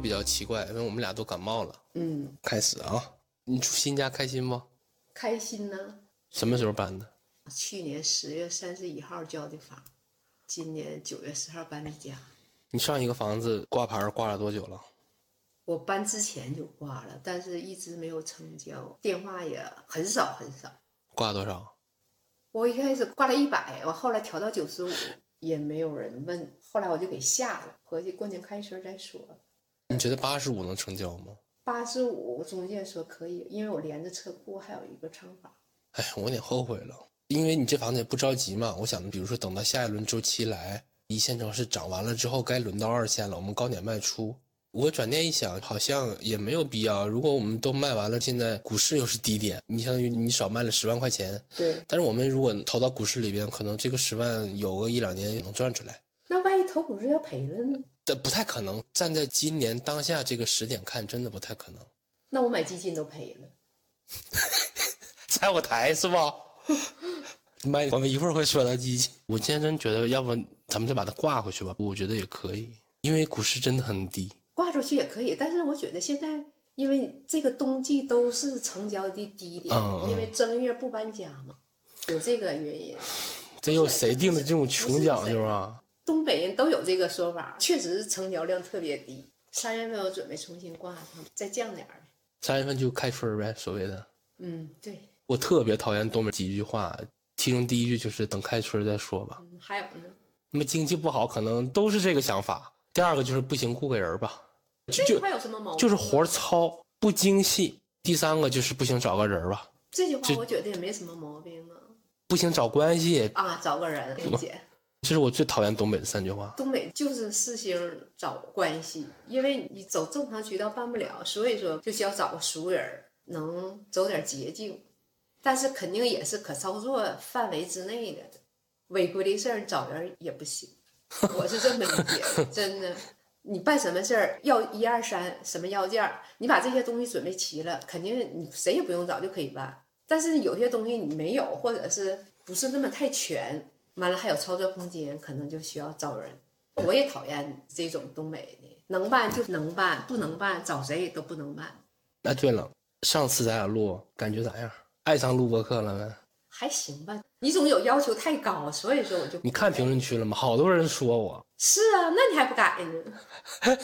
比较奇怪，因为我们俩都感冒了。嗯，开始啊，你住新家开心不？开心呢。什么时候搬的？去年十月三十一号交的房，今年九月十号搬的家。你上一个房子挂牌挂了多久了？我搬之前就挂了，但是一直没有成交，电话也很少很少。挂多少？我一开始挂了一百，我后来调到九十五，也没有人问，后来我就给下了，合计过年开学再说。你觉得八十五能成交吗？八十五，中介说可以，因为我连着车库还有一个仓房。哎，我有点后悔了，因为你这房子也不着急嘛。我想，比如说等到下一轮周期来，一线城市涨完了之后，该轮到二线了，我们高点卖出。我转念一想，好像也没有必要。如果我们都卖完了，现在股市又是低点，你相当于你少卖了十万块钱，对，但是我们如果投到股市里边，可能这个十万有个一两年也能赚出来。那万一投股市要赔了呢？但不太可能，站在今年当下这个时点看，真的不太可能。那我买基金都赔了。踩我台是吧？ 买，我们一会儿会说到基金。我今天真觉得，要不咱们就把它挂回去吧，我觉得也可以，因为股市真的很低。挂出去也可以，但是我觉得现在因为这个冬季都是成交的低点，嗯嗯因为正月不搬家嘛，有这个原因。这又谁定的这种穷讲究啊？东北人都有这个说法，确实成交量特别低。三月份我准备重新挂上，再降点儿。三月份就开春儿呗，所谓的。嗯，对，我特别讨厌东北几句话，其中第一句就是等开春儿再说吧。嗯，还有呢，那么经济不好，可能都是这个想法。第二个就是不行，雇个人儿吧，就这句就话有什么毛病？就是活儿糙，不精细。第三个就是不行，找个人儿吧，这句话这，我觉得也没什么毛病啊。不行找关系。啊，找个人，理解。这是我最讨厌东北的三句话。东北就是四星找关系，因为你走正常渠道办不了，所以说就需要找个熟人儿，能走点捷径，但是肯定也是可操作范围之内的，违规的事儿找人也不行，我是这么理解的， 真的。你办什么事儿要一二三什么要件儿，你把这些东西准备齐了，肯定你谁也不用找就可以办。但是有些东西你没有，或者是不是那么太全，完了还有操作空间，可能就需要找人。我也讨厌这种东北的，能办就能办，不能办找谁都不能办，哎，对了，上次咱俩录感觉咋样？爱上录播课了没？还行吧。你总有要求太高，所以说我就你看评论区了吗？好多人说我，是啊，那你还不改呢？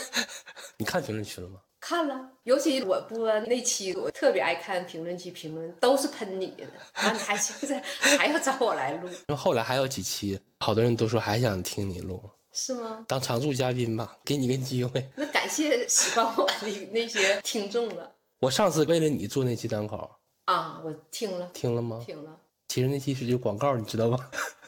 你看评论区了吗？看了，尤其我播那期，我特别爱看评论区评论，都是喷你的，完你还现在还要找我来录，因为后来还有几期，好多人都说还想听你录，是吗？当常驻嘉宾吧，给你个机会。那感谢喜欢我的那些听众了我上次为了你做那期单口，啊，我听了听了吗？听了其实那期是有广告，你知道吗？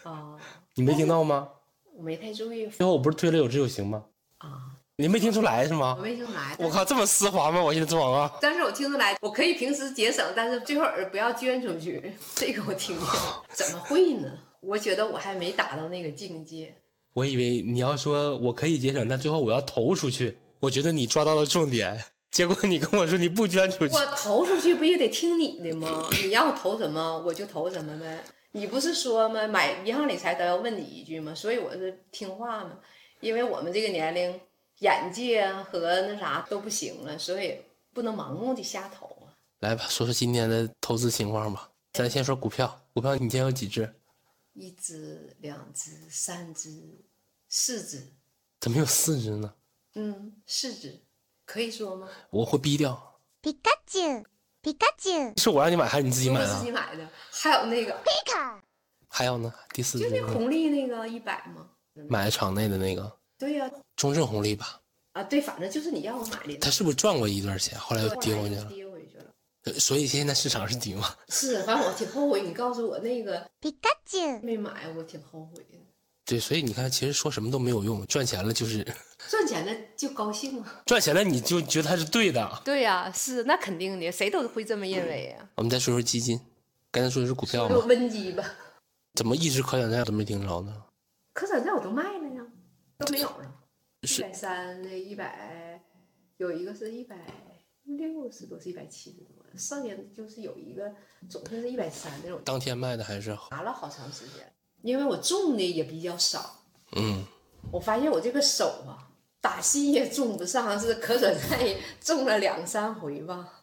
啊，你没听到吗？我没太注意最后我不是推了有志有行吗？啊，你没听出来是我吗？没听来。我靠，这么啊丝滑吗？我现在做广告，但是我听出来，我可以平时节省，但是最后儿不要捐出去，这个我听见。怎么会呢？我觉得我还没达到那个境界。我以为你要说我可以节省，但最后我要投出去。我觉得你抓到了重点，结果你跟我说你不捐出去我，投出去不也得听你的吗？你让我投什么，我就投什么呗。你不是说吗？买银行理财都要问你一句吗？所以我是听话嘛，因为我们这个年龄，眼界啊和那啥都不行了，所以不能盲目的瞎投啊。来吧，说说今天的投资情况吧。咱先说股票，股票你今天有几只？一只、两只、三只、四只。怎么有四只呢？嗯，是指可以说吗？我会逼掉。ピカチュウピカチュウ是我让你买还是你自己是买我的自？己买的，还有那个ピカ还有呢，第四就只那呢红利那个一百吗？买场内的那个对呀、中证红利吧，啊，对，反正就是你让我买的，它是不是赚过一段钱，后来又跌回去了？跌回去了。呃所以现在市场是低嘛？是，反正我挺后悔，你告诉我那个ピカチュウ没买，我挺后悔的。对，所以你看，其实说什么都没有用，赚钱了就是赚钱了就高兴啊！赚钱了，你就觉得它是对的。对呀、是那肯定的，谁都会这么认为呀、我们再说说基金，刚才说的是股票就嘛，温基吧，怎么一直可转债都没听着呢？可转债我都卖了呀，都没有了。一是百三的，一百，有一个是一百六十多，是一百七十多。上年就是有一个总是一百三那种，当天卖的还是拿了好长时间，因为我种的也比较少，嗯？我发现我这个手啊，打戏也种不上，是可转债也种了两三回吧，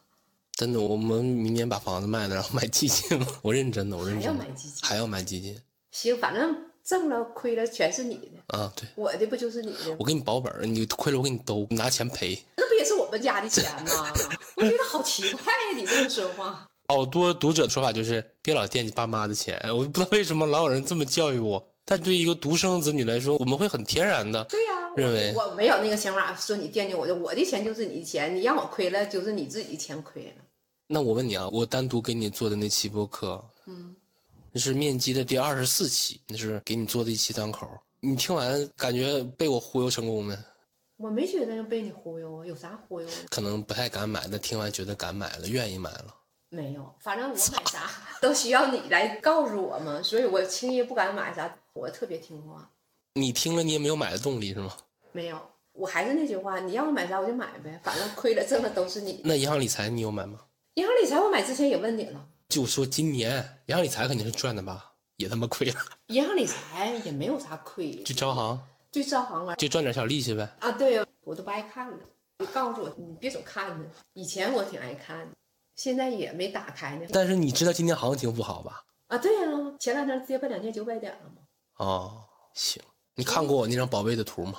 真的，我们明年把房子卖了，然后买基金吧。我认真的，我认还要真买的，基金。还要买基金行，反正挣了亏了全是你的，啊！对，我的不就是你的吗我？给你保本儿，你亏了我给你兜，拿钱赔。那不也是我们家的钱吗？我觉得好奇怪呀，你这么说话。好多读者的说法就是别老惦记爸妈的钱，我不知道为什么老有人这么教育我。但对一个独生子女来说，我们会很天然的对呀、我认为我没有那个想法，说你惦记我的，我的钱就是你的钱，你让我亏了就是你自己钱亏了。那我问你啊，我单独给你做的那期播客，嗯，那是面基的第二十四期，那是给你做的一期单口。你听完感觉被我忽悠成功没？我没觉得被你忽悠啊，有啥忽悠啊？可能不太敢买，但听完觉得敢买了，愿意买了。没有，反正我买啥 都需要你来告诉我嘛，所以我轻易不敢买啥，我特别听话。你听了你也没有买的动力是吗？没有，我还是那句话，你让我买啥我就买呗，反正亏了挣了都是你的。那银行理财你有买吗？银行理财我买之前也问你了，就说今年银行理财肯定是赚的吧，也他妈亏了，银行理财也没有啥亏，就招行就招行啊玩就赚点小利息呗。啊，对，我都不爱看了。你告诉我，你别总看呢。以前我挺爱看的，现在也没打开呢。但是你知道今年行情不好吧？啊，对呀、前两天跌破两千九百点了嘛，哦，行，你看过我那张宝贝的图吗？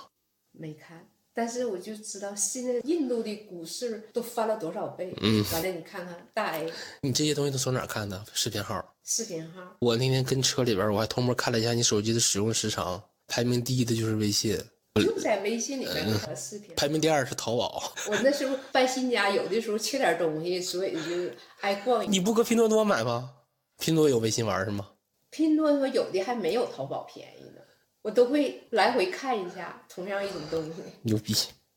没看。但是我就知道现在印度的股市都翻了多少倍。嗯完了你看看大 A 你这些东西都从哪儿看的？视频号。视频号，我那天跟车里边，我还偷摸看了一下你手机的使用时长，排名第一的就是微信，就在微信里面看视频。排名第二是淘宝。我那时候搬新家，有的时候缺点东西，所以就爱 逛。你不搁拼多多买吗？拼多多有微信玩是吗？拼多多有的还没有淘宝便宜呢，我都会来回看一下同样一种东西。牛逼！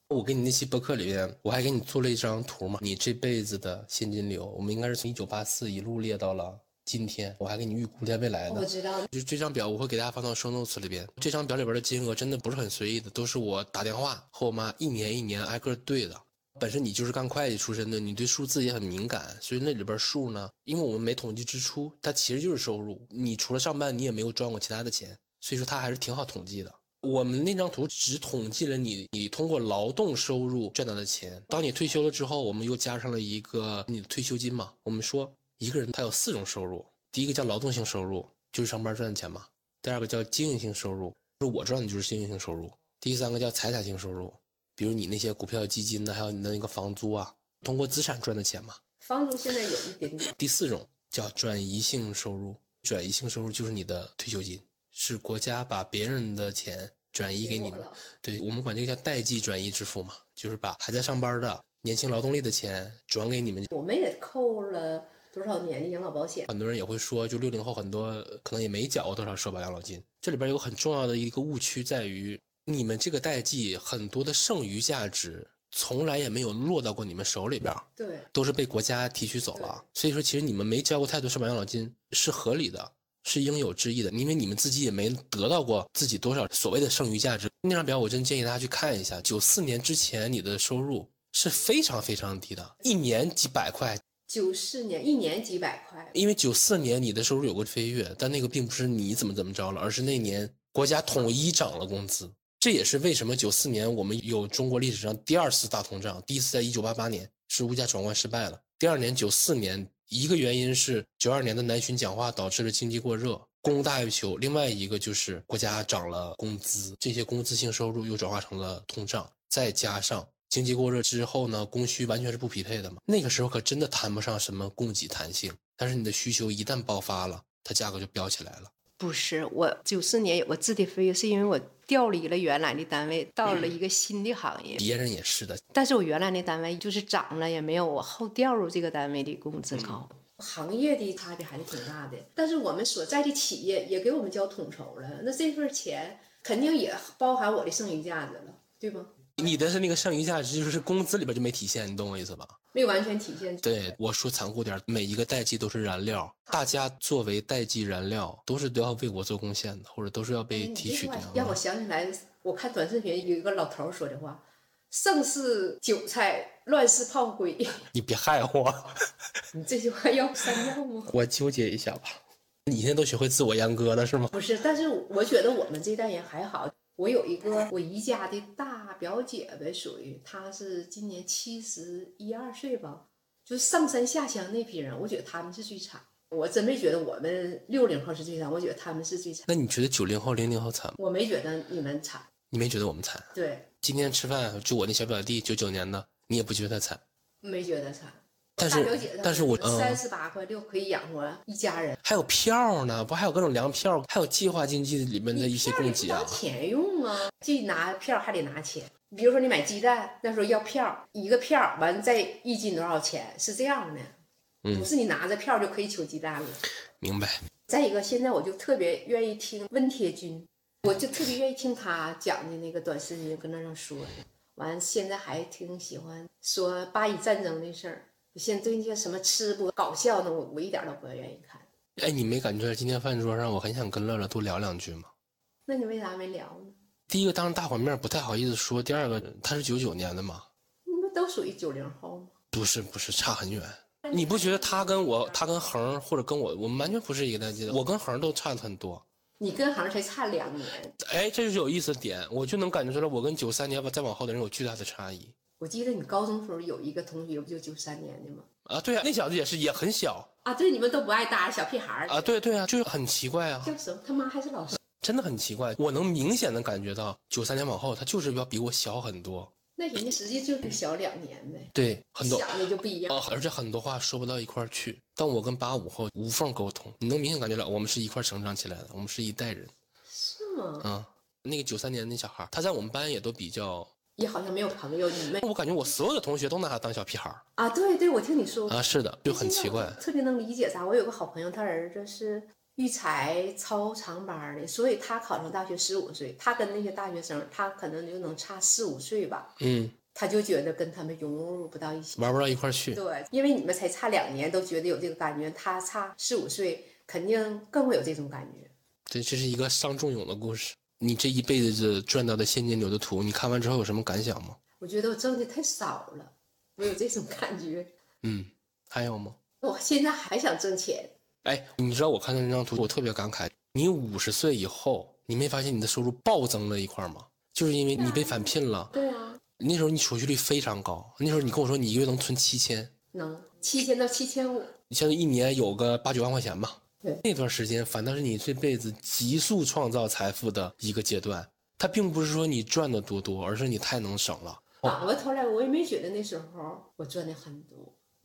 我给你那期博客里边，我还给你做了一张图嘛，你这辈子的现金流，我们应该是从一九八四一路列到了今天，我还给你预估一下未来我的。知道就这张表，我会给大家放到 show notes 里边。这张表里边的金额真的不是很随意的，都是我打电话和我妈一年一年挨个对的。本身你就是干会计出身的，你对数字也很敏感，所以那里边数呢，因为我们没统计支出，它其实就是收入。你除了上班，你也没有赚过其他的钱，所以说它还是挺好统计的。我们那张图只统计了你你通过劳动收入赚到的钱。当你退休了之后，我们又加上了一个你的退休金嘛。我们说一个人他有四种收入，第一个叫劳动性收入，就是上班赚的钱嘛。第二个叫经营性收入，就是我赚的就是经营性收入。第三个叫财产性收入，比如你那些股票、基金呢，还有你的那个房租啊，通过资产赚的钱嘛。房租现在有一点点，第四种叫转移性收入，转移性收入就是你的退休金，是国家把别人的钱转移给你们。了。对我们管这个叫代际转移支付嘛，就是把还在上班的年轻劳动力的钱转给你们。我们也扣了多少年的养老保险？很多人也会说，就六零后很多呃可能也没缴过多少社保养老金。这里边有个很重要的一个误区在于，你们这个代际很多的剩余价值从来也没有落到过你们手里边儿，对，都是被国家提取走了。所以说，其实你们没交过太多社保养老金是合理的，是应有之义的，因为你们自己也没得到过自己多少所谓的剩余价值。那张表我真建议大家去看一下，九四年之前你的收入是非常非常低的，一年几百块。九四年一年几百块，因为九四年你的收入有过飞跃，但那个并不是你怎么怎么着了，而是那年国家统一涨了工资。这也是为什么九四年我们有中国历史上第二次大通胀，第一次在一九八八年是物价闯关失败了，第二年九四年一个原因是九二年的南巡讲话导致了经济过热，供大于求；另外一个就是国家涨了工资，这些工资性收入又转化成了通胀，再加上经济过热之后呢，供需完全是不匹配的嘛。那个时候可真的谈不上什么供给弹性，但是你的需求一旦爆发了，它价格就飙起来了。不是我九四年有个质的飞跃，是因为我调离了原来的单位，到了一个新的行业。别人也是的，但是我原来那单位就是涨了，也没有我后调入这个单位的工资高。行业的差别还是挺大的，但是我们所在的企业也给我们交统筹了，那这份钱肯定也包含我的剩余价值了，对吗？你的是那个剩余价值，就是工资里边就没体现，你懂我意思吧？没有完全体现出来。对我说残酷点儿，每一个代际都是燃料，大家作为代际燃料，都是都要为我做贡献的，或者都是要被哎你提这取话掉让我的。嗯想起来，我看短视频有一个老头儿说的话：“盛世韭菜，乱世炮灰。你别害我，” 你这句话要删掉 吗？我纠结一下吧。你现在都学会自我阉割了是吗？不是，但是我觉得我们这代人还好，我有一个我姨家的大表姐呗，属于她是今年七十一二岁吧，就是上山下乡那批人，我觉得他们是最惨。我真没觉得我们六零后是最惨，我觉得他们是最惨。那你觉得九零后、零零后惨吗？我没觉得你们惨，你没觉得我们惨？对，今天吃饭就我那小表弟九九年的，你也不觉得他惨？没觉得惨。但大表姐是她但是我嗯。三十八块六可以养活一家人，还有票呢，不还有各种粮票，还有计划经济里面的一些供给你票也啊不。当钱用啊，既拿票还得拿钱。比如说你买鸡蛋，那时候要票，一个票完再一斤多少钱，是这样的，嗯不是你拿着票就可以取鸡蛋了。明白，再一个，现在我就特别愿意听温铁军，我就特别愿意听他讲的那个短视频，跟那上说的。完，现在还挺喜欢说巴以战争的事儿。现在对那些什么吃播、搞笑的，我我一点儿都不愿意看。哎，你没感觉今天饭桌上我很想跟乐乐多聊两句吗？那你为啥没聊呢？第一个当着大伙面不太好意思说，第二个他是九九年的嘛，你们都属于九零后吗？不是不是差很远。你不觉得他跟我，他跟恒儿或者跟我，我们完全不是一个代际的。我跟恒儿都差很多。你跟行才差两年，哎，这就是有意思的点，我就能感觉出来，我跟九三年吧再往后的人有巨大的差异我记得你高中时候有一个同学不就九三年的吗？啊。对啊，那小子也是也很小啊，对，你们都不爱搭小屁孩儿啊。对对啊，就是很奇怪啊。叫什么？他妈还是老师？真的很奇怪，我能明显的感觉到九三年往后，他就是要比我小很多，那人家实际就比小两年呗，对，很多想的就不一样。啊，而且很多话说不到一块儿去。但我跟八五后无缝沟通，你能明显感觉到我们是一块儿成长起来的，我们是一代人是吗？啊。那个九三年那小孩儿，他在我们班也都比较，也好像没有朋友，你们我感觉我所有的同学都拿他当小屁孩儿啊？对对，我听你说过，啊，是的，就很现在奇我怪。特别能理解啥。我有个好朋友，他儿子是育才超长班儿的，所以他考上大学十五岁，他跟那些大学生，他可能就能差四五岁吧，嗯，他就觉得跟他们融入不到一起。玩不到一块儿去，对，因为你们才差两年，都觉得有这个感觉，他差四五岁，肯定更会有这种感觉。对，这是一个伤仲永的故事。你这一辈子赚到的现金流的图，你看完之后有什么感想吗？我觉得我挣的太少了，我有这种感觉。嗯，还有吗？我现在还想挣钱，哎，你知道我看到那张图，我特别感慨。你五十岁以后，你没发现你的收入暴增了一块儿吗？就是因为你被返聘了，对啊，那时候你储蓄率非常高，那时候你跟我说你一个月能存七千，能七千到七千五，你相当于一年有个八九万块钱吧对。那段时间反倒是你这辈子急速创造财富的一个阶段，它并不是说你赚的多多，而是你太能省了。反过头来我也没觉得那时候我赚的很多。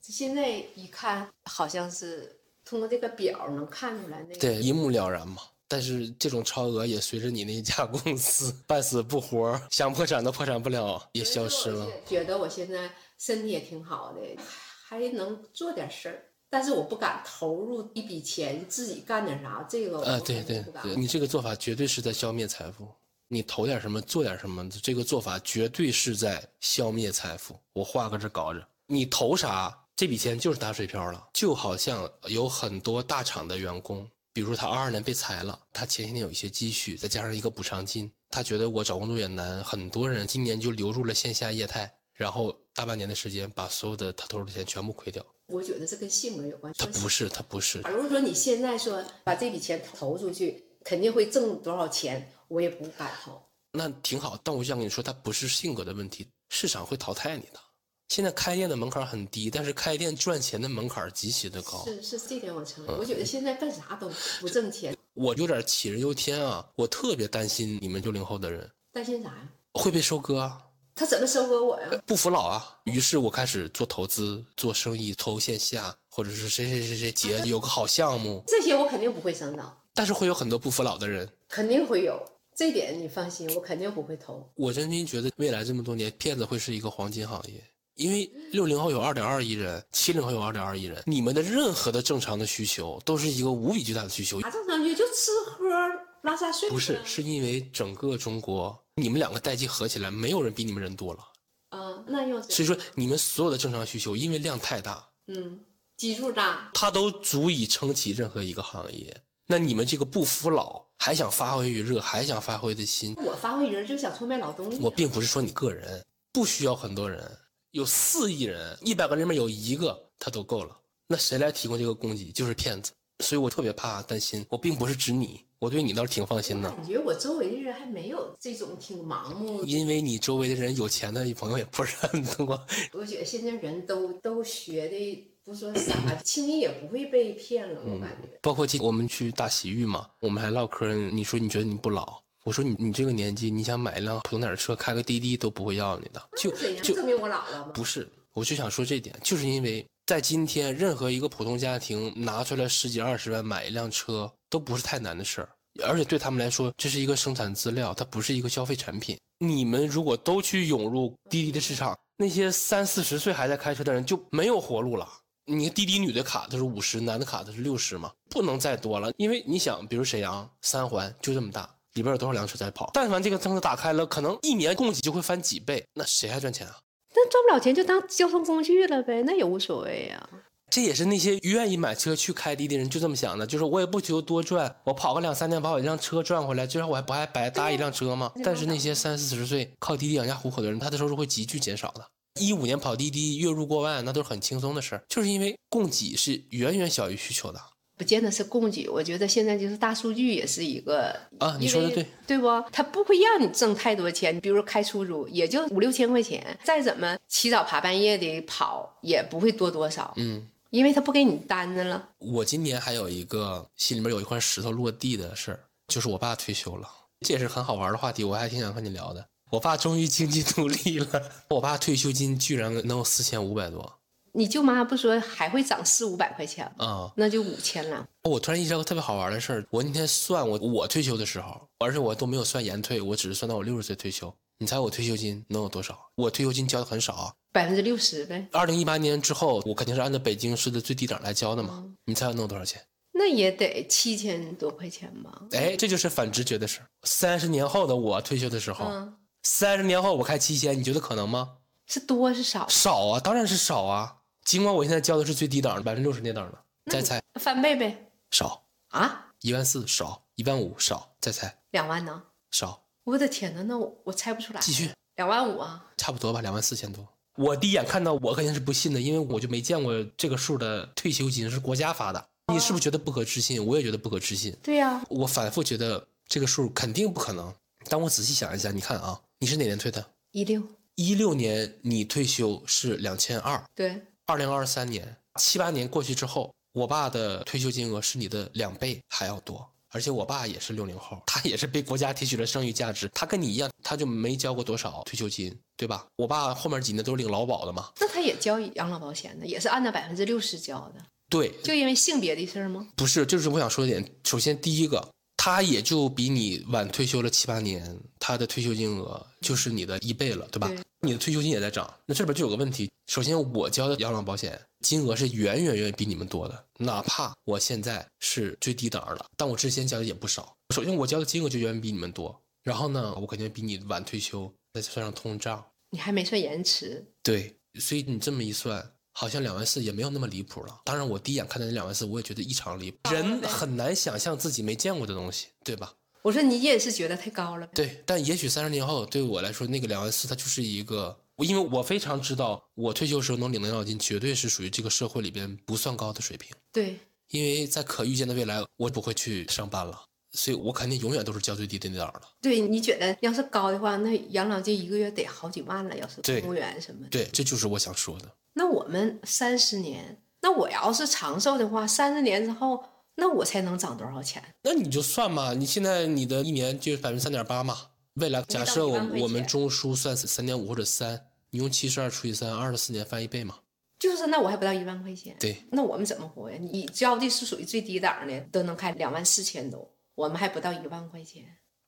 这现在一看，好像是通过这个表能看出来那个。对，一目了然嘛。但是这种超额也随着你那家公司 半死不活，想破产都破产不了，也消失了。。觉得我现在身体也挺好的，还能做点事儿，但是我不敢投入一笔钱自己干点啥，这个我呃，对肯定对不敢。对，你这个做法绝对是在消灭财富。你投点什么，做点什么，这个做法绝对是在消灭财富。我画个这稿子，你投啥，这笔钱就是打水漂了。就好像有很多大厂的员工，比如他二二年被裁了，他前些年有一些积蓄，再加上一个补偿金，他觉得我找工作也难，很多人今年就流入了线下业态，然后大半年的时间把所有的他投入的钱全部亏掉。我觉得这跟性格有关。他说不是，他不是假，如说你现在说把这笔钱投出去，肯定会挣多少钱，我也不敢投。那挺好，但我想跟你说，它不是性格的问题，市场会淘汰你的。现在开店的门槛很低，但是开店赚钱的门槛极其的高。嗯是是，这点我承认。我觉得现在干啥都不挣钱，我有点杞人忧天啊，我特别担心你们九零后的人担心啥呀？会被收割啊，他怎么收割我呀？不服老啊。于是我开始做投资、做生意、投线下，或者是谁谁谁谁姐有个好项目，这些我肯定不会上当，但是会有很多不服老的人。肯定会有。这点你放心，我肯定不会投。我真心觉得未来这么多年，骗子会是一个黄金行业，因为六零后有二点二亿人，七零后有二点二亿人，你们的任何的正常的需求都是一个无比巨大的需求，啥正常去就吃喝拉撒睡呗。不是，是因为整个中国你们两个代际合起来，没有人比你们人多了，啊，那又所怎以说你们所有的正常需求，因为量太大，嗯，基数大，它都足以撑起任何一个行业。那你们这个不服老，还想发挥余热，还想发挥的心，我发挥人就想出卖老东西。我并不是说你个人，不需要很多人，有四亿人，一百个人里面有一个他都够了。那谁来提供这个供给？就是骗子。所以我特别怕担心。我并不是指你，我对你倒是挺放心的，感觉我周围的人还没有这种挺盲目的。因为你周围的人有钱的朋友也不是很多。我觉得现在人都都学的，不说傻，嗯轻易也不会被骗了。我感觉，包括今我们去大洗浴嘛，我们还唠嗑呢。你说你觉得你不老，我说你你这个年纪，你想买一辆普通点儿的车，开个滴滴都不会要你的。就那怎样就证明我老了吗？不是，我就想说这点，就是因为在今天，任何一个普通家庭拿出来十几二十万买一辆车，都不是太难的事儿。而且对他们来说，这是一个生产资料，它不是一个消费产品。你们如果都去涌入滴滴的市场，那些三四十岁还在开车的人就没有活路了。你看滴滴女的卡它是五十，男的卡它是六十嘛，不能再多了。因为你想，比如沈阳三环就这么大，里边有多少辆车在跑？但凡这个灯打开了，可能一年供给就会翻几倍，那谁还赚钱啊？但赚不了钱就当交通工具了呗，那也无所谓啊呀、这也是那些愿意买车去开滴滴的人就这么想的，就是我也不求多赚，我跑个两三年把我一辆车赚回来，这样我还不还白搭一辆车吗？但是那些三四十岁靠滴滴养家糊口的人，他的收入会急剧减少的。一五年跑滴滴月入过万，那都是很轻松的事儿，就是因为供给是远远小于需求的。不见得是供给，我觉得现在就是大数据也是一个啊你说的对，对不？它不会让你挣太多钱，比如开出租也就五六千块钱，再怎么起早爬半夜的跑也不会多多少，嗯，因为他不给你单子了。我今年还有一个心里面有一块石头落地的事儿，就是我爸退休了，这也是很好玩的话题，我还挺想和你聊的。我爸终于经济独立了，我爸退休金居然能有四千五百多你舅妈不说还会涨四五百块钱吗？啊！那就五千了。我突然意识到个特别好玩的事儿，我那天算我我退休的时候，而且我都没有算延退，我只是算到我六十岁退休。你猜我退休金能有多少？我退休金交的很少啊，百分之六十呗，二零一八年之后，我肯定是按照北京市的最低档来交的嘛。你猜我能有多少钱？那也得七千多块钱吧？哎，这就是反直觉的事儿。三十年后的我退休的时候，嗯，三十年后我开七千，你觉得可能吗？是多是少？少啊，当然是少啊。尽管我现在交的是最低档的百分之六十那档的，再猜翻倍呗？少啊，一万四少一万五少，再猜两万呢？少，我的天呐，那我我猜不出来。继续。两万五啊？差不多吧，两万四千多。我第一眼看到，我肯定是不信的，因为我就没见过这个数的退休金是国家发的。你是不是觉得不可置信？我也觉得不可置信。对呀、我反复觉得这个数肯定不可能，但我仔细想一下，你看啊，你是哪年退的？一六。一六年你退休是两千二，对，二零二三年七八年过去之后，我爸的退休金额是你的两倍还要多。而且我爸也是六零后，他也是被国家提取了剩余价值，他跟你一样，他就没交过多少退休金，对吧？我爸后面几年都是领劳保的嘛，那他也交养老保险的，也是按照百分之六十交的，对，就因为性别的事儿吗？不是，就是我想说一点。首先，第一个，他也就比你晚退休了七八年，他的退休金额就是你的一倍了，对吧？对你的退休金也在涨，那这里边就有个问题。首先，我交的养老保险金额是远远远比你们多的，哪怕我现在是最低档儿了，但我之前交的也不少。首先，我交的金额就远远比你们多，然后呢，我肯定比你晚退休，再算上通胀，你还没算延迟，对，所以你这么一算，好像两万四也没有那么离谱了。当然，我第一眼看到那两万四，我也觉得异常离谱。人很难想象自己没见过的东西，对吧？我说你也是觉得太高了呗。对，但也许三十年后对我来说，那个两万四它就是一个，我因为我非常知道，我退休时候能领的养老金绝对是属于这个社会里边不算高的水平，对，因为在可预见的未来，我不会去上班了，所以我肯定永远都是交最低的那档儿了。对，你觉得要是高的话，那养老金一个月得好几万了，要是对公务员什么的。对，这就是我想说的。那我们三十年，那我要是长寿的话，三十年之后，那我才能涨多少钱？那你就算嘛，你现在你的一年就是百分之三点八嘛，未来假设我一万块钱我们中枢算三点五或者三，你用七十二除以三，二十四年翻一倍嘛。就是那我还不到一万块钱。对，那我们怎么活呀？你交的是属于最低档的，都能开两万四千多，我们还不到一万块钱。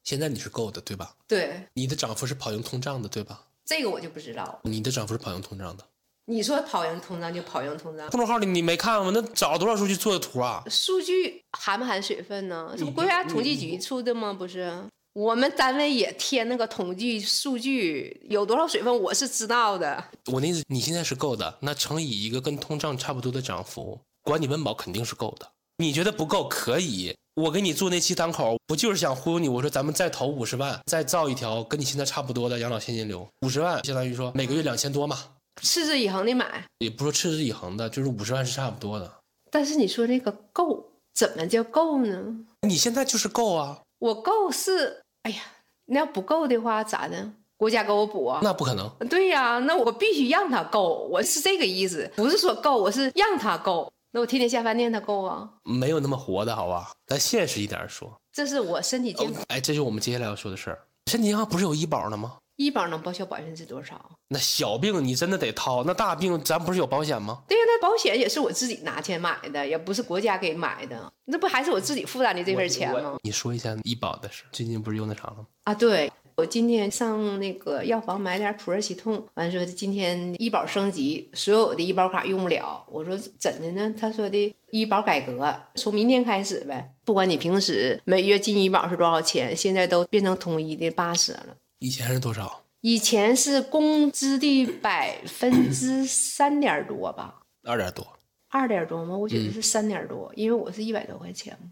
现在你是够的，对吧？对，你的涨幅是跑赢通胀的，对吧？这个我就不知道。你的涨幅是跑赢通胀的。你说跑赢通胀就跑赢通胀，公众号里你没看吗？那找多少数据做的图啊？数据含不含水分呢？这不你国家你统计局出的吗？不是，我们单位也贴那个统计数据，有多少水分我是知道的。我那意思，你现在是够的，那乘以一个跟通胀差不多的涨幅，管你温饱肯定是够的。你觉得不够可以，我给你做那期档口，不就是想忽悠你？我说咱们再投五十万，再造一条跟你现在差不多的养老现金流，五十万相当于说每个月两千多嘛，持之以恒的买，也不是说持之以恒的，就是五十万是差不多的。但是你说那个够，怎么叫够呢？你现在就是够啊，我够是，哎呀，那要不够的话咋的？国家给我补啊？那不可能。对呀、那我必须让他够，我是这个意思，不是说够，我是让他够。那我天天下饭店，他够啊？没有那么活的好吧？咱现实一点儿说，这是我身体健康，哎，这就是我们接下来要说的事儿。身体健康不是有医保了吗？医保能报销百分之多少？那小病你真的得掏，那大病咱不是有保险吗？对呀、那保险也是我自己拿钱买的，也不是国家给买的，那不还是我自己负担的这份钱吗？你说一下医保的事，最近不是用那啥了吗？啊，对。我今天上那个药房买点普热喜痛，完说今天医保升级，所有的医保卡用不了。我说怎的呢？他说的医保改革，从明天开始呗，不管你平时每月进医保是多少钱，现在都变成统一的八十了。以前是多少？以前是工资的百分之三点多吧，二点多。二点多吗？我觉得是三点多，因为我是一百多块钱嘛。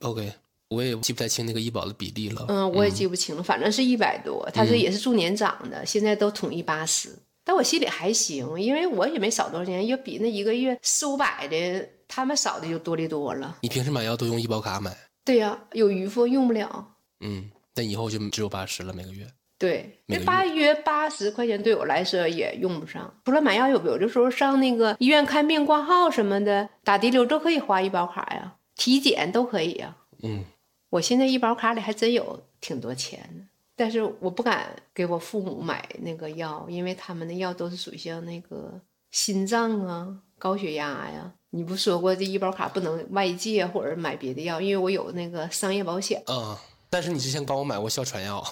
OK，我也记不太清那个医保的比例了。嗯，我也记不清了，反正是一百多。他说也是逐年涨的，现在都统一八十。但我心里还行，因为我也没少多少钱，要比那一个月四五百的他们少的就多得多了。你平时买药都用医保卡买，对呀、有余富用不了。嗯，那以后就只有八十了每个月。对，每那个大约八十块钱对我来说也用不上。除了买药，有有的时候上那个医院看病、挂号什么的，打滴流都可以花医保卡呀，体检都可以呀。嗯，我现在医保卡里还真有挺多钱的，但是我不敢给我父母买那个药，因为他们的药都是属于像那个心脏啊、高血压呀、你不说过这医保卡不能外借或者买别的药，因为我有那个商业保险，啊、但是你之前帮我买过哮喘药，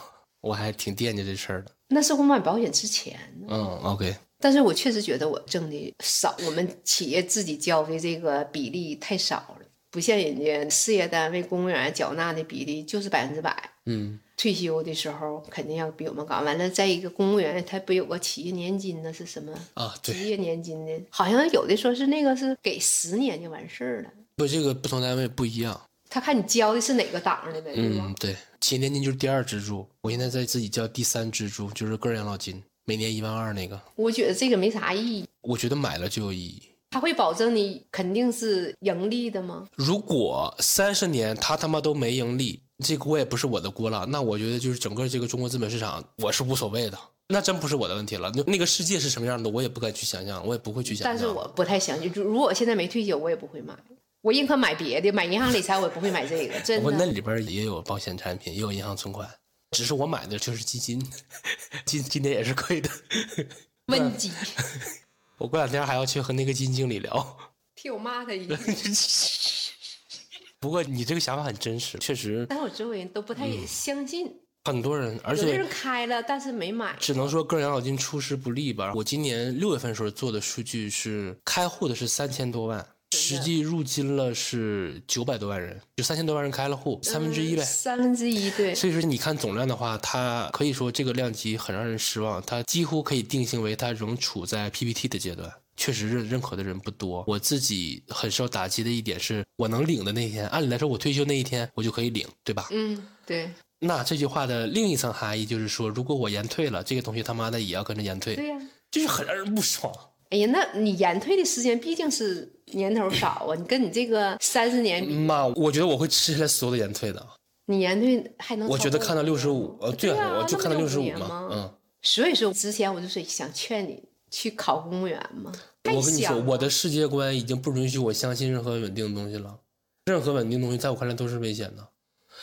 我还挺惦记这事儿的。那是我买保险之前呢。嗯，OK，但是我确实觉得我挣的少，我们企业自己交的这个比例太少了，不像人家事业单位、公务员缴纳的比例就是百分之百。嗯，退休的时候肯定要比我们高。完了，再一个公务员他不有个企业年金呢？是什么啊，职对，业年金的？好像有的说是那个是给十年就完事儿了，不，这个不同单位不一样。他看你交的是哪个档的呗，对吧嗯，？对，企业年金就是第二支柱，我现在在自己交第三支柱，就是个人养老金，每年一万二那个，我觉得这个没啥意义。我觉得买了就有意义。他会保证你肯定是盈利的吗？如果三十年他他妈都没盈利，这锅也不是我的锅了。那我觉得就是整个这个中国资本市场，我是无所谓的，那真不是我的问题了。那那个世界是什么样的，我也不敢去想象，我也不会去想象。但是我不太相信，如如果我现在没退休，我也不会买。我宁可买别的，买银行理财我也不会买这个，真我那的。里边也有保险产品，也有银行存款，只是我买的就是基金， 今今年也是亏的。温 基，我过两天还要去和那个基金经理聊。 替我骂他一句。不过你这个想法很真实，确实但是我周围人都不太相信，很多人，而有的且人开了，但是没买。只能说个人养老金出师不利吧。我今年六月份时候做的数据是开户的是三千多万，实际入金了是九百多万人，就三千多万人开了户，三分之一呗。呃三分之一，对，所以说，你看总量的话，它可以说这个量级很让人失望，它几乎可以定性为它仍处在 PPT 的阶段。确实认认可的人不多，我自己很受打击的一点是，我能领的那一天，按理来说我退休那一天我就可以领，对吧？嗯，对，那这句话的另一层含义就是说，如果我延退了，这个东西他妈的也要跟着延退，对呀、就是很让人不爽。哎呀，那你延退的时间毕竟是年头少啊，你跟你这个三十年比，妈，我觉得我会吃下来所有的延退的。你延退还能？我觉得看到六十五，呃，对啊，我就看到六十五嘛嘛，，嗯。所以说之前我就是想劝你去考公务员嘛，太我跟你小说，了我的世界观已经不允许我相信任何稳定的东西了。任何稳定的东西，在我看来都是危险的。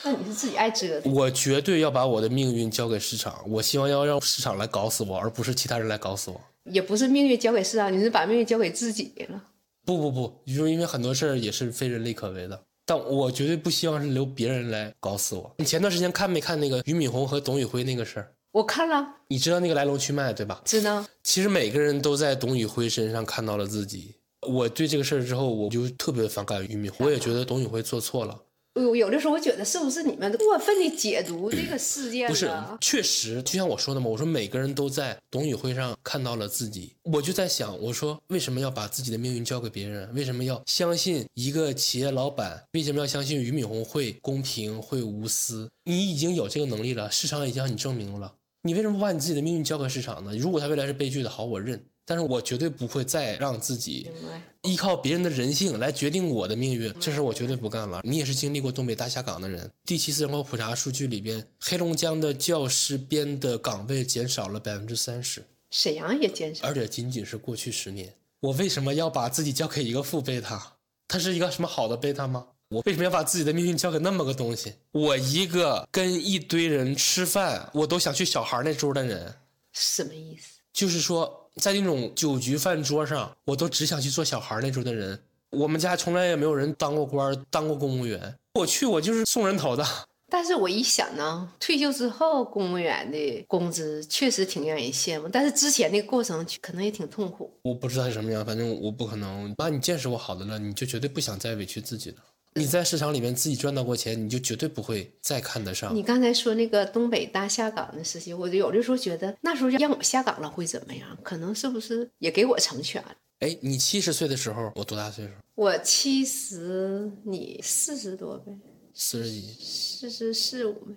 那你是自己爱折腾，我绝对要把我的命运交给市场，我希望要让市场来搞死我，而不是其他人来搞死我。也不是命运交给市场，你是把命运交给自己了。不不不，就是因为很多事儿也是非人力可为的，但我绝对不希望是留别人来搞死我。你前段时间看没看那个俞敏洪和董宇辉那个事儿？我看了，你知道那个来龙去脉对吧？知道，其实每个人都在董宇辉身上看到了自己。我对这个事儿之后，我就特别反感俞敏洪，我也觉得董宇辉做错了。有有的时候我觉得是不是你们过分的解读这个事件不是了，？确实，就像我说的嘛，我说每个人都在董宇辉上看到了自己，我就在想，我说为什么要把自己的命运交给别人？为什么要相信一个企业老板？为什么要相信俞敏洪会公平、会无私？你已经有这个能力了，市场已经让你证明了，你为什么不把你自己的命运交给市场呢？如果他未来是悲剧的，好，我认。但是我绝对不会再让自己明白。依靠别人的人性来决定我的命运，这事儿我绝对不干了。你也是经历过东北大下岗的人。第七次人口普查数据里边，黑龙江的教师编的岗位减少了百分之三十，沈阳也减少，而且仅仅是过去十年。我为什么要把自己交给一个负贝塔？它是一个什么好的贝塔吗？我为什么要把自己的命运交给那么个东西？我一个跟一堆人吃饭，我都想去小孩儿那桌的人，什么意思？就是说，在那种酒局饭桌上，我都只想去做小孩那桌的人。我们家从来也没有人当过官儿，当过公务员。我去，我就是送人头的。但是我一想呢，退休之后公务员的工资确实挺让人羡慕，但是之前那个过程可能也挺痛苦。我不知道是什么样，反正我不可能。妈，你见识过好的了，你就绝对不想再委屈自己了。你在市场里面自己赚到过钱，你就绝对不会再看得上你。刚才说那个东北大下岗的时期，我就有的时候觉得那时候让我下岗了会怎么样？可能是不是也给我成全了？哎，你七十岁的时候，我多大岁数？我七十，你四十多呗，四十几，四十四五呗。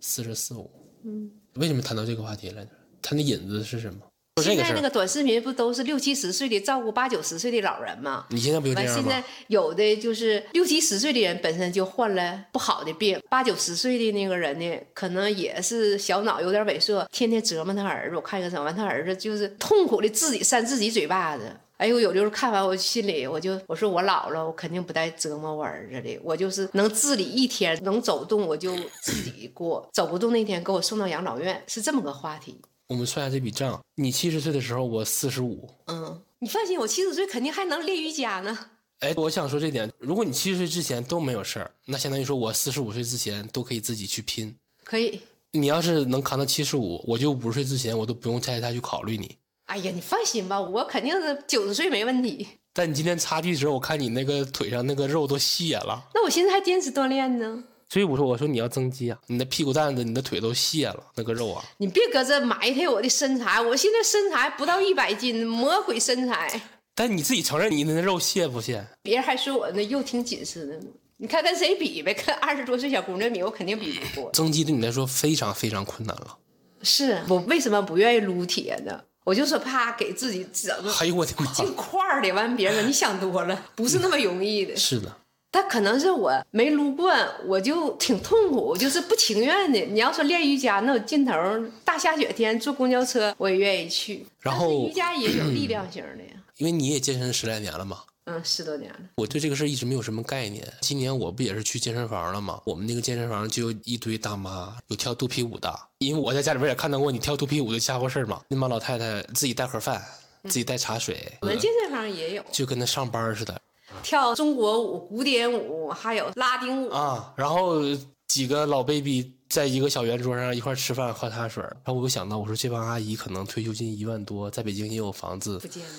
四十四五。嗯，为什么谈到这个话题来着？它的引子是什么？说这现个在事那儿。个短视频不都是六七十岁的照顾八九十岁的老人吗？你现在不就这完，样现吗在？有的就是六七十岁的人本身就患了不好的病，八九十岁的那个人呢，可能也是小脑有点萎缩，天天折磨他儿子。我看一个什么，完他儿子就是痛苦的自己扇自己嘴巴子。哎呦，有的时候看完我心里我就我说我老了，我肯定不带折磨我儿子的，我就是能自理一天，能走动我就自己过，走不动那天给我送到养老院，是这么个话题。我们算下这笔账，你七十岁的时候，我四十五。嗯，你放心，我七十岁肯定还能练瑜伽呢。哎，我想说这点，如果你七十岁之前都没有事儿，那相当于说我四十五岁之前都可以自己去拼。可以，你要是能扛到七十五，我就五十岁之前我都不用再再去考虑你。哎呀，你放心吧，我肯定是九十岁没问题。但你今天擦地时候，我看你那个腿上那个肉都卸了，那我现在还坚持锻炼呢。所以我说我说你要增肌啊，你的屁股蛋子、你的腿都卸了，那个肉啊，你别搁这埋汰我的身材，我现在身材不到一百斤，魔鬼身材。但你自己承认你那肉卸不卸？别人还说我那肉挺紧实的呢。你看跟谁比呗？跟二十多岁小姑娘比，我肯定比不过。增肌对你来说非常非常困难了。是我为什么不愿意撸铁呢？我就说怕给自己整个哎呦我的妈！ 净块儿的，完别人说你想多了，不是那么容易的。是的，但可能是我没撸惯，我就挺痛苦，我就是不情愿的。你要说练瑜伽，那有劲头儿，大下雪天坐公交车我也愿意去。然但是后瑜伽也有力量型的呀，因为你也健身十来年了嘛，嗯，十多年了，我对这个事儿一直没有什么概念。今年我不也是去健身房了吗？我们那个健身房就有一堆大妈，有跳肚皮舞的。因为我在家里边也看到过你跳肚皮舞的家伙事儿嘛。那帮老太太自己带盒饭，自己带茶水，我们健身房也有就跟那上班似的跳中国舞、古典舞，还有拉丁舞。啊。然后几个老 baby 在一个小圆桌上一块儿吃饭喝茶水儿。然后我就想到，我说这帮阿姨可能退休金一万多，在北京也有房子不，见得，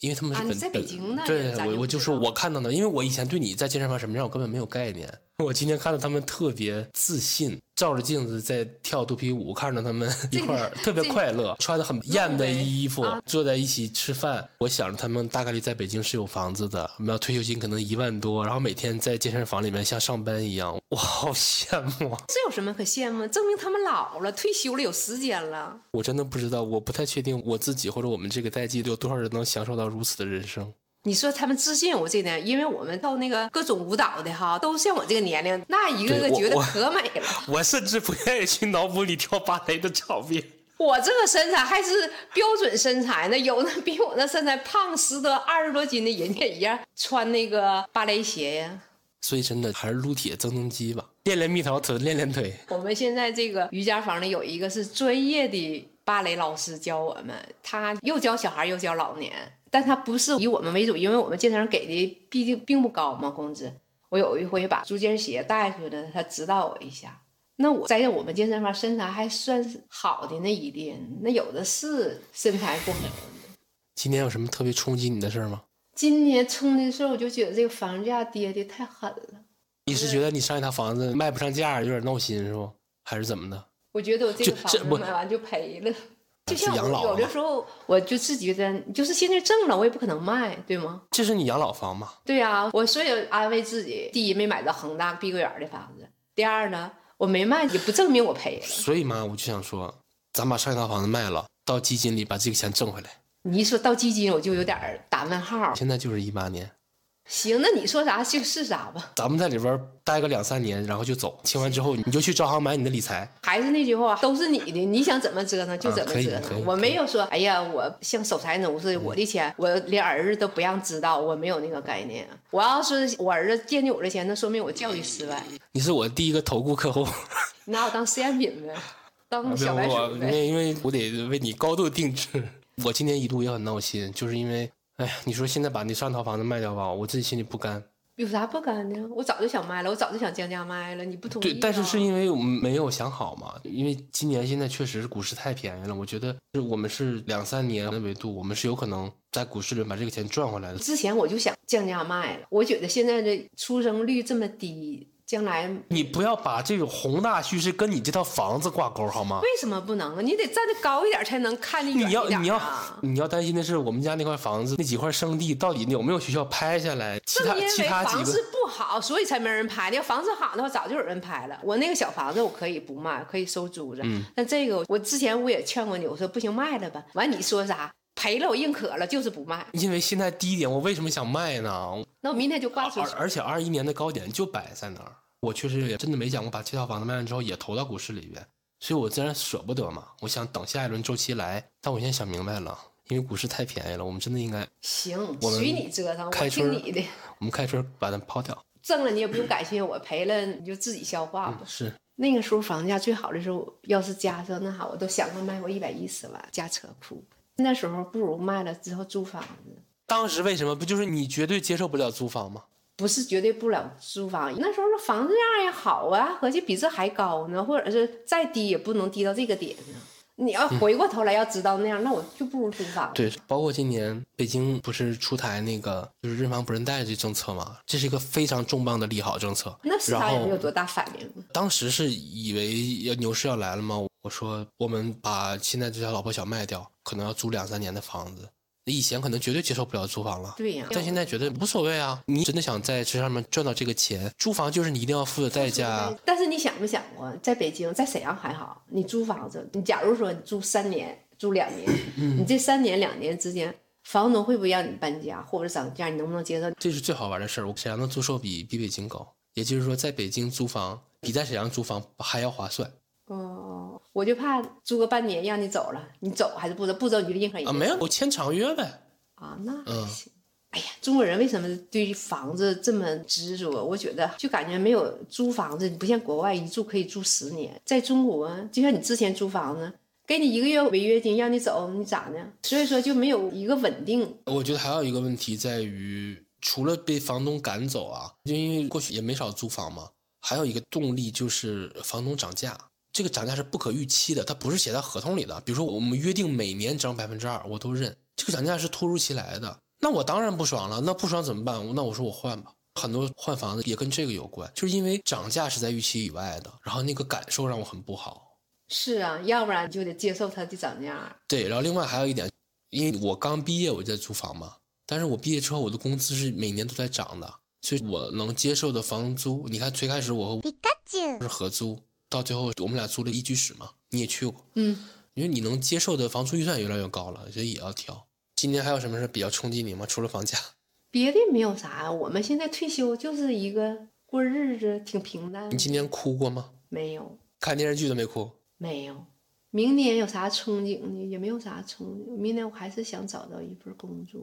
因为他们是啊你本、在北京呢对咱就我我不就知说道我看到的，因为我以前对你在健身房什么样我根本没有概念。我今天看到他们特别自信，照着镜子在跳肚皮舞，看着他们一块儿特别 这个嗯快乐，穿的很艳的衣服啊，坐在一起吃饭。我想着他们大概率在北京是有房子的，我们要退休金可能一万多，然后每天在健身房里面像上班一样，我好羡慕啊。 这有什么可羡慕？证明他们老了，退休了，有时间了。我真的不知道，我不太确定我自己或者我们这个代际有多少人能享受到如此的人生。你说他们自信我这点，因为我们跳那个各种舞蹈的哈，都像我这个年龄，那一个对个我觉得我可美了。我甚至不愿意去脑补你跳芭蕾的场面。我这个身材还是标准身材呢，有的比我那身材胖十多二十多斤的人家一样穿那个芭蕾鞋呀。所以真的还是撸铁增增肌吧，练练蜜桃臀，练练腿。我们现在这个瑜伽房里有一个是专业的芭蕾老师教我们，他又教小孩又教老年，但他不是以我们为主，因为我们健身房给的毕竟并不高嘛工资。我有一回把足尖鞋带出来了，他指导我一下。那我在我们健身房身材还算是好的那一列，那有的是身材不好的。今天有什么特别冲击你的事儿吗？今年冲的时候，我就觉得这个房价跌的太狠了。你是觉得你上一套房子卖不上价，有点闹心是不？还是怎么的？我觉得我这个这房这子不买完就 赔了。就像是养老啊我有吗的时候，我就自己觉得，就是现在挣了，我也不可能卖，对吗？这是你养老房吗？对啊，我所以安慰自己，第一没买到恒大碧桂园的房子，第二呢，我没卖也不证明我赔了。所以嘛，我就想说，咱把上一套房子卖了，到基金里把这个钱挣回来。你一说到基金，我就有点儿打问号。现在就是一八年，行，那你说啥就是啥吧。咱们在里边儿待个两三年，然后就走，清完之后你就去招行买你的理财。还是那句话，都是你的，你想怎么折腾就怎么啊可以折可以嗯腾。我没有说，哎呀，我像守财奴似的，我的钱我连儿子都不让知道，我没有那个概念。我要是我儿子惦记我的钱，那说明我教育失败，你是我第一个投顾客户，拿我当实验 品呗，当嗯小白我鼠啊因呗。为因为我得为你高度定制。我今天一度也很闹心，就是因为，哎呀，你说现在把那上套房子卖掉吧，我自己心里不甘。有啥不敢的？我早就想卖了，我早就想降价卖了，你不同意啊、对，但是是因为我们没有想好嘛，因为今年现在确实是股市太便宜了，我觉得是我们是两三年的维度，我们是有可能在股市里把这个钱赚回来的。之前我就想降价卖了，我觉得现在的出生率这么低，将来为你不要把这种宏大叙事跟你这套房子挂钩好吗？什么不能啊？你得站得高一点才能看得远你要一点、啊、你要你要担心的是，我们家那块房子那几块生地到底有没有学校拍下来？其他正因其为他几房个子不好，所以才没人拍。你要房子好的话，早就有人拍了。我那个小房子我可以不卖，可以收租着。嗯但这个我之前我也劝过你，我说不行卖了吧。完你说啥？赔了我认可了，就是不卖。因为现在低点，我为什么想卖呢？那我明天就挂出而去。而且二一年的高点就摆在那儿，我确实也真的没想过把这套房子卖完之后也投到股市里边，所以我自然舍不得嘛。我想等下一轮周期来，但我现在想明白了，因为股市太便宜了，我们真的应该行，我们许你折腾，我开春听儿你的。我们开春把它抛掉。挣了你也不用感谢我，赔了你就自己消化吧。是，那个时候房价最好的时候，要是加上那哈，我都想过卖过一百一十万加车库。那时候不如卖了之后租房子，当时为什么不就是你绝对接受不了租房吗？不是绝对不了租房。那时候房子价也好啊，合计比这还高呢，或者是再低也不能低到这个点呢。你要回过头来要知道那样，那我就不如租房。对，包括今年北京不是出台那个就是认房不认贷这政策嘛，这是一个非常重磅的利好政策。那市然场也后没有多大反应，当时是以为要牛市要来了吗？我说我们把现在这条老破小卖掉，可能要租两三年的房子。以前可能绝对接受不了租房了，啊对呀但现在觉得无所谓啊。你真的想在这上面赚到这个钱，租房就是你一定要付的代价。但是你想没想过，在北京，在沈阳还好，你租房子，你假如说你租三年、租两年，嗯你这三年两年之间，房东会不会让你搬家或者涨价？你能不能接受？这是最好玩的事儿。我沈阳的租售比比北京高，也就是说，在北京租房比在沈阳租房还要划算哦，我就怕租个半年让你走了，你走还是不走？不走你就立刻啊！没有，我签长约呗。啊，那还嗯行。哎呀，中国人为什么对房子这么执着？我觉得就感觉没有租房子，你不像国外一住可以住十年，在中国就像你之前租房子，给你一个月违约金让你走，你咋呢？所以说就没有一个稳定。呃我觉得还有一个问题在于，除了被房东赶走啊，就因为过去也没少租房嘛，还有一个动力就是房东涨价。这个涨价是不可预期的，它不是写在合同里的。比如说，我们约定每年涨百分之二，我都认。这个涨价是突如其来的，那我当然不爽了。那不爽怎么办？那我说我换吧。很多换房子也跟这个有关，就是因为涨价是在预期以外的，然后那个感受让我很不好。是啊，要不然你就得接受它的涨价。对，然后另外还有一点，因为我刚毕业我就在租房嘛，但是我毕业之后我的工资是每年都在涨的，所以我能接受的房租，你看最开始我和ピカチュウ是合租，到最后我们俩租了一居室嘛，你也去过，嗯，因为你能接受的房租预算越来越高了，所以也要调。今年还有什么事比较冲击你吗？除了房价，别的没有啥，我们现在退休就是一个过日子，挺平淡你。今年哭过吗？没有，看电视剧都没哭，没有。明年有啥憧憬呢？也没有啥憧憬。明年我还是想找到一份工作，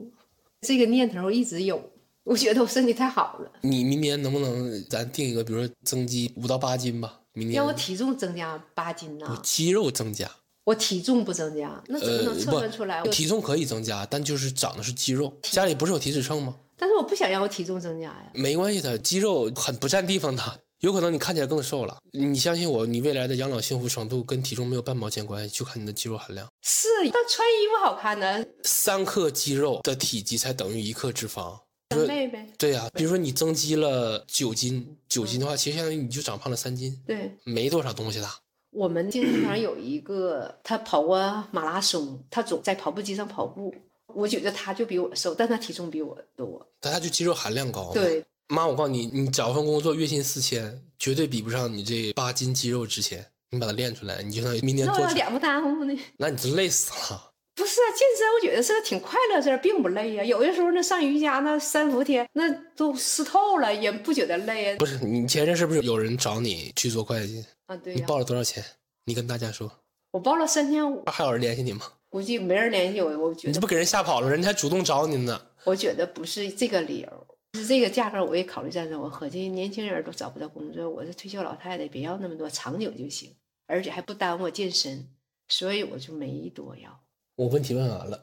这个念头一直有。我觉得我身体太好了，你明年能不能咱定一个，比如说增肌五到八斤吧？明年让我体重增加八斤呢、我肌肉增加，我体重不增加，那怎么能测算出来？呃、不，体重可以增加，但就是长的是肌肉。家里不是有体脂秤吗？但是我不想让我体重增加呀。没关系的，肌肉很不占地方的，有可能你看起来更瘦了。你相信我，你未来的养老幸福程度跟体重没有半毛钱关系，就看你的肌肉含量。是，但穿衣服好看呢，三克肌肉的体积才等于一克脂肪。长辈呗。对呀、比如说你增肌了九斤，九斤的话，其实相当于你就长胖了三斤，对没多少东西的。我们健身房有一个，他跑过马拉松，他总在跑步机上跑步。我觉得他就比我瘦，但他体重比我多。但它就肌肉含量高。，对，妈，我告诉你，你找份工作月薪四千，绝对比不上你这八斤肌肉值钱。你把它练出来，你就能明年那做我出两不耽误呢。那你就累死了。不是啊，健身我觉得是个挺快乐的事儿，并不累呀、啊有的时候那上瑜伽那三伏天那都湿透了，也不觉得累呀。不是你前阵是不是有人找你去做会计？啊，对你呀、报了多少钱？你跟大家说，我报了三千五，还有人联系你吗？估计没人联系我，我觉你这得不给人吓跑了，人家还主动找你呢。我觉得不是这个理由。就是这个价格，我也考虑在内。我合计年轻人都找不到工作，我这退休老太太别要那么多，长久就行，而且还不耽误我健身，所以我就没多要。我问题问完了，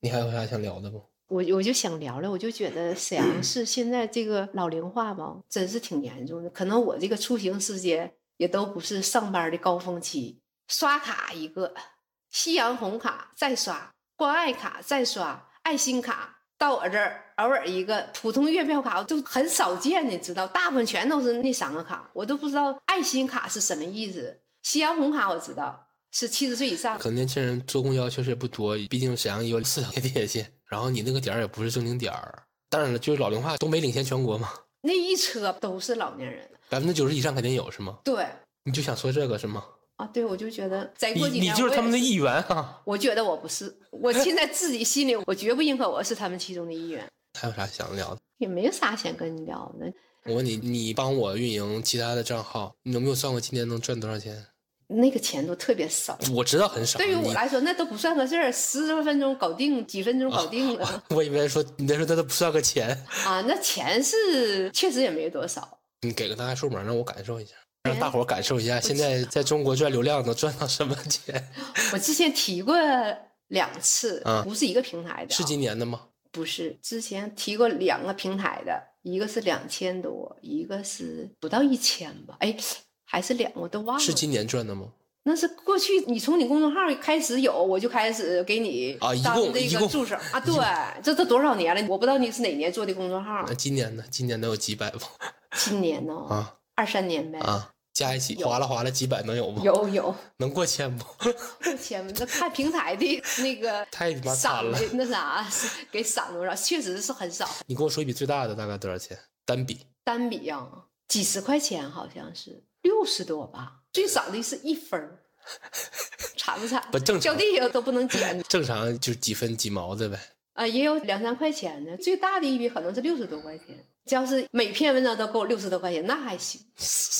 你还有啥想聊的不？我我就想聊聊，我就觉得沈阳市现在这个老龄化吧，真是挺严重的。可能我这个出行时间也都不是上班的高峰期，刷卡一个，夕阳红卡再刷，关爱卡再刷，爱心卡到我这儿偶尔一个，普通月票卡都很少见的，知道？大部分全都是那三个卡，我都不知道爱心卡是什么意思。夕阳红卡我知道是七十岁以上可能年轻人坐公交确实也不多，毕竟沈阳有四条地铁线，然后你那个点儿也不是正经点儿。当然了，就是老龄化，东北领先全国嘛，那一车都是老年人，百分之九十以上肯定有是吗？对。你就想说这个是吗？啊，对，我就觉得再你哎过几你年就是我他们的也是一员啊！我觉得我不是，我现在自己心里，我绝不认可我是他们其中的一员，还有啥想聊的？也没啥想跟你聊的。我问你，你帮我运营其他的账号，你有没有算过今年能赚多少钱？那个钱都特别少，我知道很少。对于我你来说那都不算个事儿，十多分钟搞定，几分钟搞定了我以为说你在说那都不算个钱，啊。那钱是确实也没多少，你给个大概数码让我感受一下，哎让大伙儿感受一下，现在在中国赚流量能赚到什么钱？我之前提过两次啊，不是一个平台的啊，是今年的吗？不是之前提过两个平台的，一个是两千多，一个是不到一千吧，哎，还是两个我都忘了。是今年赚的吗？那是过去你从你公众号开始有，我就开始给你啊一当共这一个共 助手啊，对，这都多少年了？我不知道你是哪年做的公众号那， 今年呢？今年能有几百吗？今年呢，啊二三年呗，啊，加一起有划拉划拉几百能有吗？有有， 能过千不？我天，这看平台的那个太他妈惨赏了的！那啥，是给赏多少？确实是很少， 你跟我说一笔最大的大概多少钱？单笔单笔啊，几十块钱好像是六十多吧，最少的是一 分儿，惨不惨？不正掉常，地下都不能捡正常就是几分几毛的呗。啊，也有两三块钱的，最大的一笔可能是六十多块钱。只要是每篇文章都给我六十多块钱，那还行。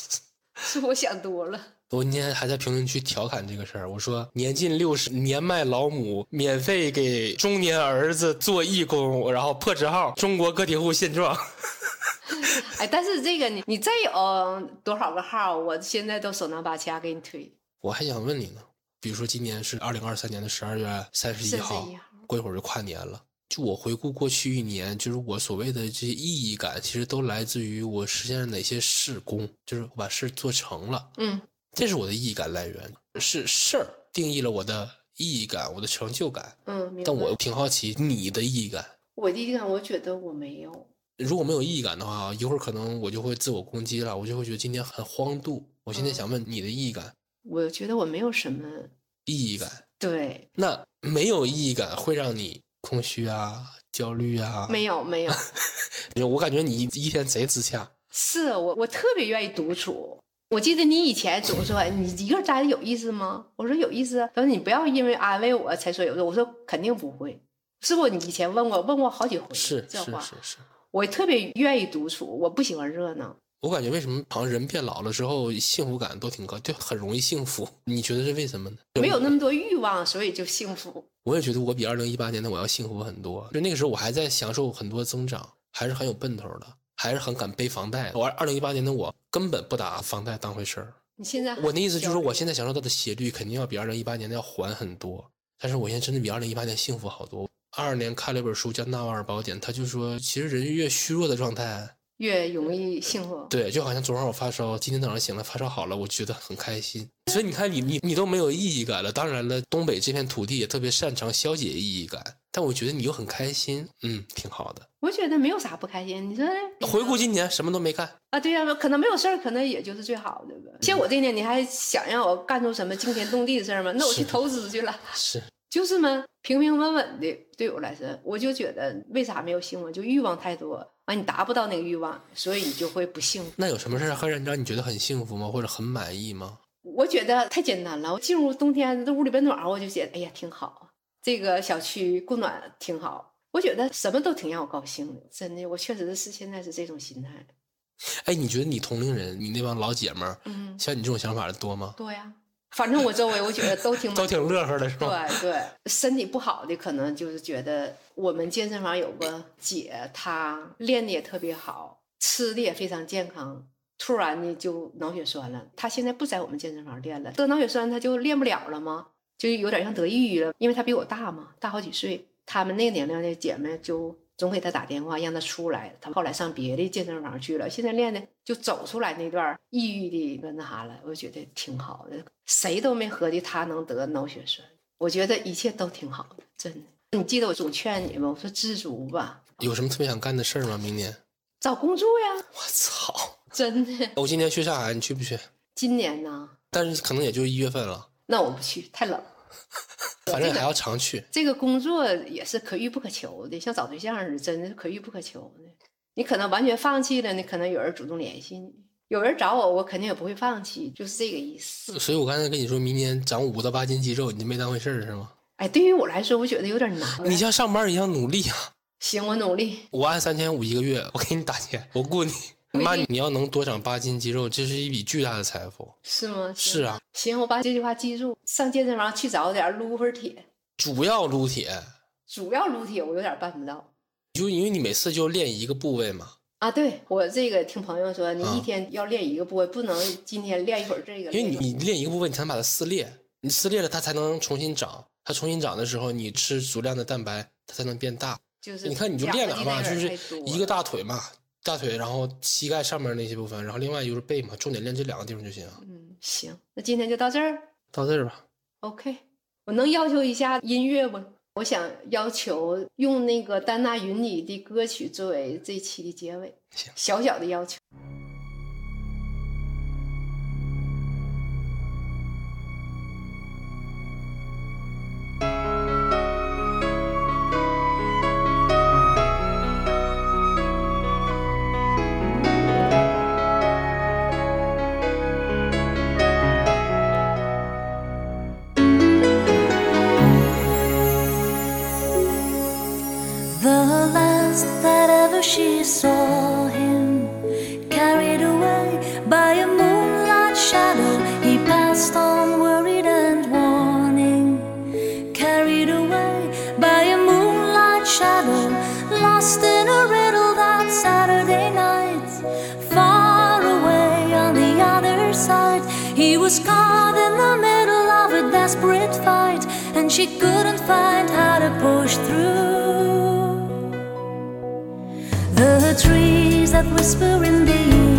是我想多了，我今天还在评论区调侃这个事儿，我说年近六十年迈老母免费给中年儿子做义工，然后破折号中国个体户现状。 哎，但是这个你你再有多少个号，我现在都手拿把掐给你推。我还想问你呢，比如说今年是二零二三年的十二月三十一号31号，过一会儿就跨年了。就我回顾过去一年，就是我所谓的这些意义感，其实都来自于我实现了哪些事功，就是我把事做成了，嗯，这是我的意义感来源。是事儿定义了我的意义感，我的成就感。嗯，明白。但我挺好奇你的意义感。我第一感，我觉得我没有。如果没有意义感的话，一会儿可能我就会自我攻击了，我就会觉得今天很荒度。我现在嗯想问你的意义感，我觉得我没有什么意义感，对，那没有意义感会让你空虚啊、焦虑啊。没有没有。有，我感觉你一天贼自洽。是我，我特别愿意独处。我记得你以前总说你一个人待着有意思吗？我说有意思啊。他说你不要因为安慰我才说有意思。我说肯定不会，是不？你以前问过，问过好几回是这是话。是是，我特别愿意独处，我不喜欢热闹。我感觉为什么好像人变老了之后幸福感都挺高，就很容易幸福？你觉得是为什么呢？没有那么多欲望，所以就幸福。我也觉得我比二零一八年的我要幸福很多。就那个时候我还在享受很多增长，还是很有奔头的，还是很敢背房贷。我二零一八年的我根本不打房贷当回事儿。你现在我的意思就是说，我现在在享受到的斜率肯定要比二零一八年的要缓很多，但是我现在真的比二零一八年幸福好多。二二年看了一本书叫《纳瓦尔宝典》，他就说，其实人越虚弱的状态，越容易幸福。对，就好像昨晚我发烧，今天早上醒了发烧好了，我觉得很开心。所以你看你，你你都没有意义感了。当然了，东北这片土地也特别擅长消解意义感，但我觉得你又很开心，嗯，挺好的。我觉得没有啥不开心。你说哎回顾今年什么都没干，啊，对呀、可能没有事儿，可能也就是最好的吧。像我这一年，你还想让我干出什么惊天动地的事儿吗？那我去是投资去了。是就是嘛，平平稳稳的，对我来说，我就觉得为啥没有幸福？就欲望太多，完你达不到那个欲望，所以你就会不幸福。那有什么事儿会让让你觉得很幸福吗？或者很满意吗？我觉得太简单了，我进入冬天这屋里边暖和，我就觉得哎呀挺好。这个小区供暖挺好，我觉得什么都挺让我高兴的，真的，我确实是现在是这种心态。哎，你觉得你同龄人，你那帮老姐们儿，嗯，像你这种想法的多吗？多呀，反正我周围我觉得都挺满都挺乐呵的是吧？对对，身体不好的可能就是觉得我们健身房有个姐，她练的也特别好，吃的也非常健康，突然呢就脑血栓了。她现在不在我们健身房练了，得脑血栓她就练不了了吗？就有点像得抑郁了，因为她比我大嘛，大好几岁。她们那个年龄的姐妹就总给她打电话让她出来，她后来上别的健身房去了，现在练的就走出来那段抑郁的跟那啥了，我觉得挺好的。谁都没合计她能得脑血栓，我觉得一切都挺好的，真的。你记得我总劝你吗？我说知足吧，有什么特别想干的事儿吗？明年？找工作呀，我操！真的。我今年去上海，你去不去？今年呢，但是可能也就一月份了，那我不去，太冷。反正还要常去。这个工作也是可遇不可求的，像找对象似的，真的是可遇不可求的。你可能完全放弃了，你可能有人主动联系你，有人找我，我肯定也不会放弃，就是这个意思。所以我刚才跟你说明年长五到八斤肌肉，你就没当回事儿是吗？哎，对于我来说，我觉得有点难。你像上班一样努力啊！行，我努力。我按三千五一个月，我给你打钱，我雇你。妈，你要能多长八斤肌肉，这是一笔巨大的财富。是吗？行是啊，行，我把这句话记住。上健身房去找点儿撸会儿铁，主要撸铁，主要撸铁我有点办不到就因为你每次就练一个部位嘛。啊。对我这个听朋友说，你啊一天要练一个部位，不能今天练一会儿这个。因为你练一会儿你练一个部位，你才能把它撕裂，你撕裂了它才能重新长，它重新长的时候，你吃足量的蛋白，它才能变大。就是你看你就练哪两儿嘛，个地就那是儿太多一个大腿嘛，大腿，然后膝盖上面那些部分，然后另外就是背嘛，重点练这两个地方就行。啊嗯，行，那今天就到这儿。到这儿吧， OK，我能要求一下音乐不？我想要求用那个丹娜云里的歌曲作为这期的结尾，行小小的要求。 The last that ever she saw him, carried away by a moonlight shadow, he passed on worried and warning. Carried away by a moonlight shadow, lost in a riddle that Saturday night. Far away on the other side, he was caught in the middle of a desperate fight, and she couldn't find how to push through. The trees that whisper in the